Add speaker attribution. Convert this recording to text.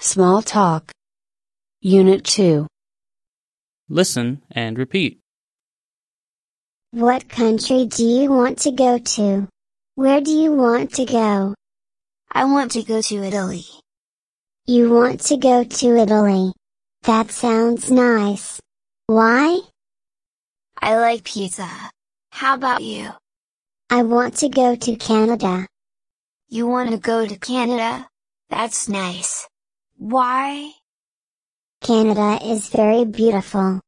Speaker 1: Small Talk. Unit 2.
Speaker 2: Listen and repeat.
Speaker 3: What country do you want to go to? Where do you want to go?
Speaker 4: I want to go to Italy.
Speaker 3: You want to go to Italy. That sounds nice. Why?
Speaker 4: I like pizza. How about you?
Speaker 3: I want to go to Canada.
Speaker 4: You want to go to Canada? That's nice. Why?
Speaker 3: Canada is very beautiful.